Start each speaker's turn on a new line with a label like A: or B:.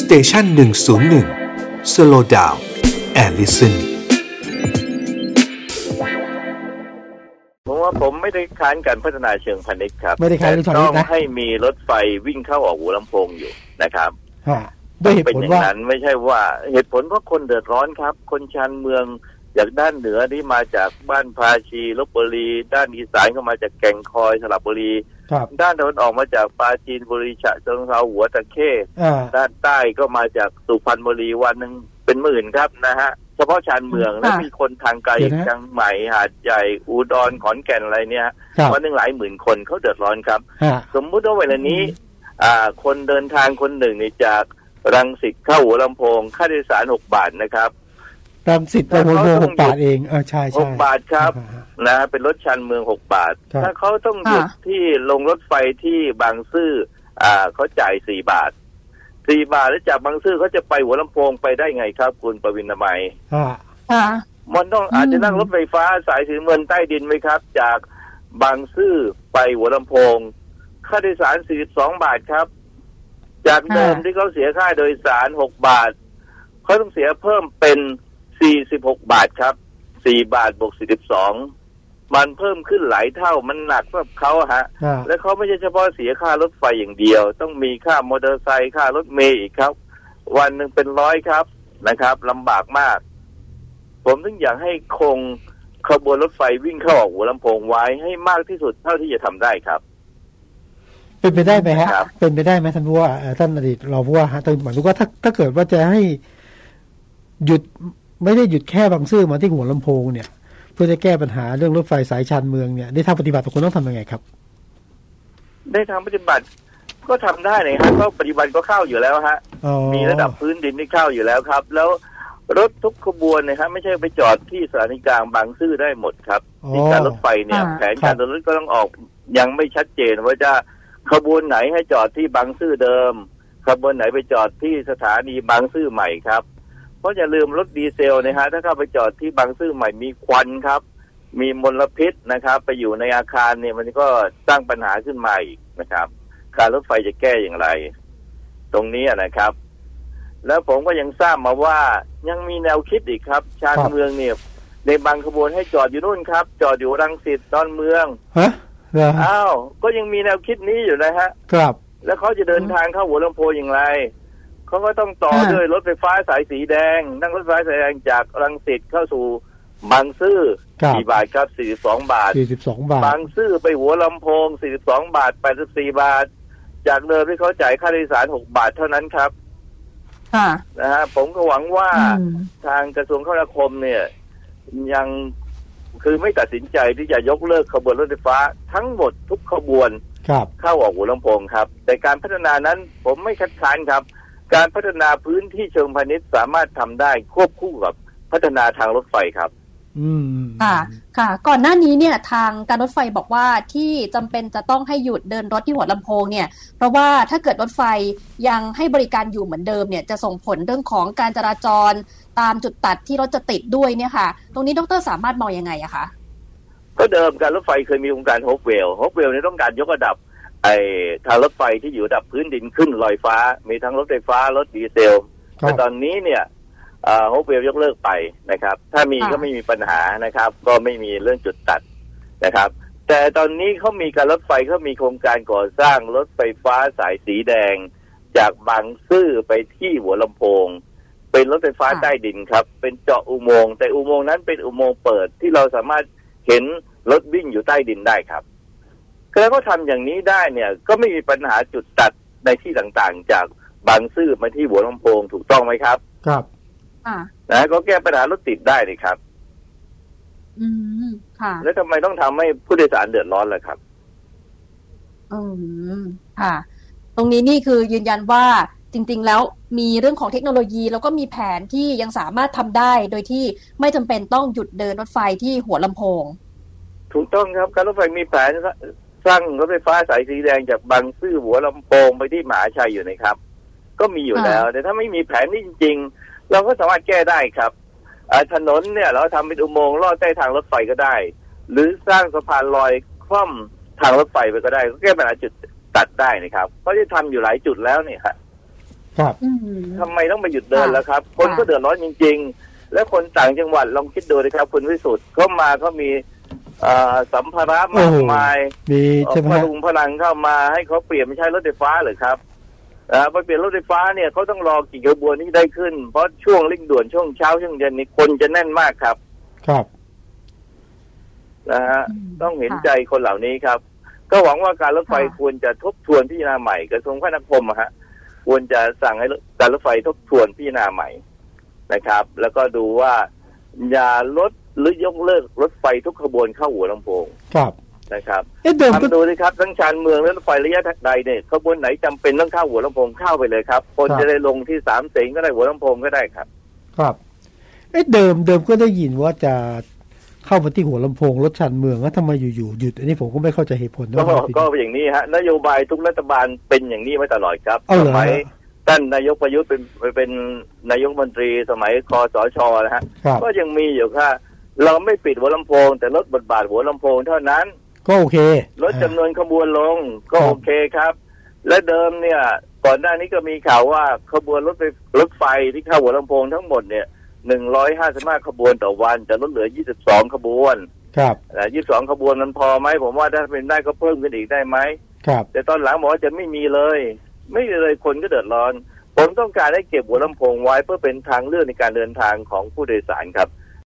A: สเตชันหนึ่งศูนย์หนึ่งสโลดาวแอลลิสัน
B: ผมว่าผมไม่ได้ค้านการพัฒนาเชิงพาณิชย์ครับ
C: ไม่ได้ค้านเรื่อง
B: แต่
C: พาณิ
B: ต้
C: ช
B: อ
C: ย์
B: ง
C: นะ
B: ให้มีรถไฟวิ่งเข้าออกหัวลำโพงอยู่นะครับ
C: ฮะด้วยเหตุ
B: เป็น
C: ผล
B: อย่าง
C: ว่า
B: นั้นไม่ใช่ว่าเหตุผลเพราะคนเดือดร้อนครับ คนชานเมืองจากด้านเหนือนี่มาจากบ้านพาชีลบบุรี ด้านอีสานก็มาจากแก่งคอยสระบุรี
C: ครับ
B: ด้านตะวันออกมาจากปราจีนบุรีฉะเชิงเทราหัวตะเข้
C: อ่า
B: ด้านใต้ก็มาจากสุพรรณบุรีวันหนึ่งเป็นหมื่นครับนะฮะ เฉพาะชานเมืองแล้ว
D: ค่ะ
B: มีคนทางไกล
C: เดี๋ยวนะ
B: จังใหม่หาดใหญ่อุดรขอนแก่นอะไรเนี่ย
C: ครับ
B: วันหนึ่งหลายหมื่นคนเขาเดือดร้อนครับ
C: ฮะ
B: สมมุติว่าเวลานี้ อ่า คนเดินทางคนหนึ่งเนี่ยจากรังสิตเข้าหัวลำโพง ค่าโดยสารหกบาทนะครับ
C: รังสิตไปโมโมหกบาทเองเออใช่
B: ห
C: ใช่
B: กบาทครับ
C: ฮะ
B: นะฮะเป็นรถชานเมืองหกบาท
C: ครับ
B: ถ้าเขาต้องหยุด
D: ค่ะ
B: ที่ลงรถไฟที่บางซื่ออ่าเขาจ่ายสี่บาทสี่บาทแล้วจากบางซื่อเขาจะไปหัวลำโพงไปได้ไงครับ คุณประวินทำไมย
C: ฮะ
D: ค่ะ
B: มันต้อง
D: อืม
B: อาจจะนั่งรถไฟฟ้าสายสีน้ำเงินใต้ดินไหมครับ จากบางซื่อไปหัวลำโพง ค่าโดยสาร 42 บาทครับ จากเดิม
D: ค่ะ
B: ที่เขาเสียค่าโดยสาร 6 บาทเขาต้องเสียเพิ่มเป็น 46 บาทครับ 4 บาทบวก 42 มันเพิ่มขึ้นหลายเท่ามันหนักสำหรับเขาอะฮะ
C: อ่า
B: และเขาไม่ใช่เฉพาะเสียค่ารถไฟอย่างเดียว ต้องมีค่ามอเตอร์ไซค์ค่ารถเมล์อีกครับ วันหนึ่งเป็นร้อยครับนะครับลำบากมาก ผมถึงอยากให้คงขบวนรถไฟวิ่งเข้าออกหัวลำโพงไว้ให้มากที่สุดเท่าที่จะทำได้ครับ
C: เป็นไปได้ไหมฮะ
B: ครับ
C: เป็นไปได้ไหมท่านผู้ว่าเอ่อท่านอดีตรองผู้ว่าฮะท่านหมายถึงว่าถ้าถ้าเกิดว่าจะให้หยุดไม่ได้หยุดแค่บางซื่อมาที่หัวลำโพงเนี่ย เพื่อจะแก้ปัญหาเรื่องรถไฟสายชานเมืองเนี่ยได้ทางปฏิบัติคุณต้องทำยังไงครับ
B: ได้ทางปฏิบัติก็ทำได้เลยฮะก็ปฏิบัติก็เข้าอยู่แล้วฮะ
C: อ๋อ
B: มีระดับพื้นดินที่เข้าอยู่แล้วครับ แล้วรถทุกขบวนเนะฮะไม่ใช่ไปจอดที่สถานีกลางบางซื่อได้หมดครับ
C: อ๋อ
B: ที่การรถไฟเนี่ย
D: ค่ะ
B: แผนการเดินรถก็ต้องออกยังไม่ชัดเจนว่าจะขบวนไหนให้จอดที่บางซื่อเดิม ขบวนไหนไปจอดที่สถานีบางซื่อใหม่ครับ เพราะอย่าลืมรถดีเซลนะฮะถ้าเข้าไปจอดที่บางซื่อใหม่มีควันครับ มีมลพิษนะครับ ไปอยู่ในอาคารเนี่ยมันก็สร้างปัญหาขึ้นมาอีกนะครับ การรถไฟจะแก้อย่างไร ตรงนี้อะนะครับ แล้วผมก็ยังทราบมาว่ายังมีแนวคิดอีกครับ ชาน
C: ครับ
B: เมืองเนี่ย ในบางขบวนให้จอดอยู่นู่นครับ จอดอยู่รังสิตดอนเมือง
C: ฮะเหรอฮะ
B: อ้าว ก็ยังมีแนวคิดนี้อยู่นะฮะ
C: ครับ
B: แล้วเขาจะเดินทางเข้าหัวลำโพงอย่างไร เขาก็ต้องต่อ
D: ค่ะ
B: ด้วยรถไฟฟ้าสายสีแดง นั่งรถไฟฟ้าสายแดงจากรังสิตเข้าสู่บางซื่อ
C: ครับ
B: กี่บาทครับสี่สองบาท
C: สี่สิบสองบาท
B: บางซื่อไปหัวลำโพง 42 บาท 84 บาท จากเดิมที่เขาจ่ายค่าโดยสาร 6 บาทเท่านั้นครับ
D: ค่ะ
B: นะฮะผมก็หวังว่า
D: อืม
B: ทางกระทรวงคมนาคมเนี่ย ยังคือไม่ตัดสินใจที่จะยกเลิกขบวนรถไฟฟ้า ทั้งหมดทุกขบวน
C: ครับ
B: เข้าออกหัวลำโพงครับ แต่การพัฒนานั้นผมไม่คัดค้านครับ การพัฒนาพื้นที่เชิงพาณิชย์สามารถทำได้ควบคู่กับพัฒนาทางรถไฟครับ
C: อืม
D: ค่ะค่ะ ก่อนหน้านี้เนี่ยทางการรถไฟบอกว่าที่จำเป็นจะต้องให้หยุดเดินรถที่หัวลำโพงเนี่ยเพราะว่าถ้าเกิดรถไฟยังให้บริการอยู่เหมือนเดิมเนี่ยจะส่งผลเรื่องของการจราจรตามจุดตัดที่รถจะติดด้วยเนี่ยค่ะ ตรงนี้ดรสามารถมองยังไงอะคะ
B: ก็เดิมการรถไฟเคยมีโครงการฮอปเวลฮอปเวลนี่ยต้องการยกระดับไอ้ทางรถไฟที่อยู่ระดับพื้นดินขึ้นลอยฟ้า มีทั้งรถไฟฟ้ารถดีเซล
C: ครั
B: แต่ต
C: บ
B: อนนี้เนี่ยฮอปเวลยกเลิกไปนะครับ ถ้ามี
D: ค่ะ
B: ก็ไม่มีปัญหานะครับ ก็ไม่มีเรื่องจุดตัดนะครับ แต่ตอนนี้เขามีการรถไฟเขามีโครงการก่อสร้างรถไฟฟ้าสายสีแดง จากบางซื่อไปที่หัวลำโพง เป็นรถไฟฟ้า
D: ค่ะ
B: ใต้ดินครับ เป็นเจาะอุโมงค์แต่อุโมงค์นั้นเป็นอุโมงค์เปิดที่เราสามารถเห็นรถวิ่งอยู่ใต้ดินได้ครับแล้วก็ทำอย่างนี้ได้เนี่ย ก็ไม่มีปัญหาจุดตัดในที่ต่างๆ จากบางซื่อมาที่หัวลำโพงถูกต้องไหมครับ
C: ครับ
D: อ่า
B: นะก็แก้ปัญหารถติดได้เลยครับ
D: อืมค่ะ
B: แล้วทำไมต้องทำให้ผู้โดยสารเดือดร้อนล่ะครับ
D: อืมค่ะ ตรงนี้นี่คือยืนยันว่าจริง ๆ แล้วมีเรื่องของเทคโนโลยีแล้วก็มีแผนที่ยังสามารถทำได้ โดยที่ไม่จำเป็นต้องหยุดเดินรถไฟที่หัวลำโพง
B: ถูกต้องครับการรถไฟมีแผนสร้างรถไฟฟ้าสายสีแดงจากบางซื่อหัวลำโพงไปที่มหาชัยอยู่นะครับ ก็มีอยู่แล้ว แต่ถ้าไม่มีแผนนี่จริง ๆ เราก็สามารถแก้ได้ครับอ่าถนนเนี่ยเราทำเป็นอุโมงค์ลอดใต้ทางรถไฟก็ได้ หรือสร้างสะพานลอยคล่อมทางรถไฟไปก็ได้ ก็แก้ปัญหาจุดตัดได้นะครับ ก็จะทำอยู่หลายจุดแล้วเนี่ยครับ
C: ครับ
D: อืม
B: ทำไมต้องมาหยุดเดิน
D: ค่ะ
B: ล่ะครับ คน
D: ค่ะ
B: ก็เดือดร้อนจริง ๆ และคนต่างจังหวัดลองคิดดูนะครับ คุณวิสุทธ์เขามาเขามีเอ่อสัมภาระมากมาย
C: มี
B: เอา
C: ใช่ไหม
B: พ
C: ฮะ
B: ลุงพลังเข้ามาให้เขาเปลี่ยนไม่ใช่รถไฟฟ้าเหรือครับอ่าไปเปลี่ยนรถไฟฟ้าเนี่ยเขาต้องรอกี่ขบวนที่ได้ขึ้น เพราะช่วงเร่งด่วนช่วงเช้าช่วงเย็นนี่คนจะแน่นมากครับ
C: ครับ
B: นะฮะ
D: อืม
B: ต้องเห็น
D: ค่ะ
B: ใจคนเหล่านี้ครับ ก็หวังว่าการรถไฟ
D: ค่ะ
B: ควรจะทบทวนพิจารณาใหม่กระทรวงคมนาคมอะฮะควรจะสั่งให้การรถไฟทบทวนพิจารณาใหม่นะครับ แล้วก็ดูว่าอย่าลดหรือยกเลิกรถไฟทุกขบวนเข้าหัวลำโพง
C: ครับ
B: นะครับ
C: เอ๊ะเดิมก็
B: ทำดูสิครับทั้งชานเมืองและรถไฟระยะใดเนี่ยขบวนไหนจำเป็นต้องเข้าหัวลำโพงเข้าไปเลยครับ คน
C: ครับ
B: จะได้ลงที่สามเสงก็ได้หัวลำโพงก็ได้ครับ
C: ครับเอ๊ะเดิมเดิมก็ได้ยินว่าจะเข้ามาที่หัวลำโพงรถชันเมืองแล้วทำไมอยู่ๆหยุด อันนี้ผมก็ไม่เข้าใจเหตุผล
B: ก็
C: ว่ามันเป็น
B: ก็เป็นอย่างนี้ฮะนโยบายทุกรัฐบาลเป็นอย่างนี้มาตลอดครับ
C: เอา
B: ส
C: เหรอฮะ
B: มัยท่านนายกประยุทธ์เป็นเป็นนายกรัฐมนตรีสมัยคอสชนะฮะ
C: ครับ
B: ก็ยังมีอยู่ค่ะ เราไม่ปิดหัวลำโพง แต่ลดบทบาทหัวลำโพงเท่านั้น
C: ก็โอเค
B: ลดจำนว
C: อ่า
B: นขบวนลงก็
C: ครับ
B: โอเคครับ และเดิมเนี่ย ก่อนหน้านี้ก็มีข่าวว่าขบวนรถไฟรถไฟที่เข้าหัวลำโพงทั้งหมดเนี่ยหนึ่งร้อยห้าสิบห้าขบวนต่อวันจะลดเหลือยี่สิบสองขบวน
C: ครับ
B: ยี่สิบสองขบวนมันพอไหมผมว่าถ้าเป็นได้ก็เพิ่มขึ้นอีกได้ไหม
C: ครับ
B: แต่ตอนหลังบอกว่าจะไม่มีเลย ไม่มีเลยคนก็เดือดร้อน ผมต้องการให้เก็บหัวลำโพงไว้เพื่อเป็นทางเลือกในการเดินทางของผู้โดยสารครับ